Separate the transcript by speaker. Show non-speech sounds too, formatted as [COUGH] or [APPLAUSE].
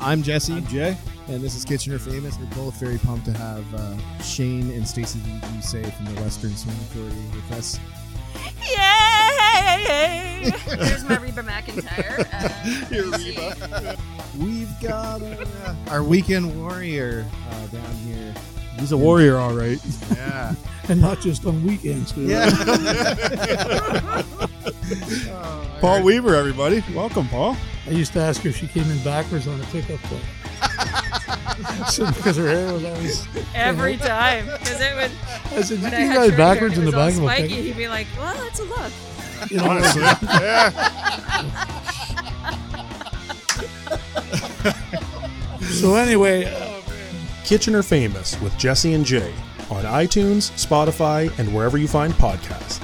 Speaker 1: I'm Jesse,
Speaker 2: I'm Jay.
Speaker 1: and this is Kitchener Famous. We're both very pumped to have uh, Shane and Stacy VG say from the Western Swing Authority with us.
Speaker 3: Yay! Here's my Reba McIntyre. Uh,
Speaker 4: [LAUGHS]
Speaker 2: Here,
Speaker 3: let's see.
Speaker 1: We've got our,
Speaker 2: [LAUGHS]
Speaker 1: uh, our weekend warrior uh, down here.
Speaker 2: He's a warrior, all right.
Speaker 1: Yeah.
Speaker 4: and not just on weekends. Too,
Speaker 1: yeah. [LAUGHS]
Speaker 2: Paul Weaver, everybody. Welcome, Paul.
Speaker 4: I used to ask her if she came in backwards on a pickup truck. [LAUGHS] so, because her hair was always.
Speaker 3: Every time, because it would.
Speaker 4: I said, you
Speaker 3: When I
Speaker 4: can
Speaker 3: had
Speaker 4: ride
Speaker 3: short
Speaker 4: backwards
Speaker 3: hair,
Speaker 4: in
Speaker 3: it
Speaker 4: the
Speaker 3: was all
Speaker 4: back of
Speaker 3: spiky.
Speaker 4: a pickup
Speaker 3: He'd be like, "Well, that's a look."
Speaker 4: you know,
Speaker 2: yeah.
Speaker 4: So, anyway, uh,
Speaker 5: Kitchener Famous with Jesse and Jay on iTunes, Spotify, and wherever you find podcasts.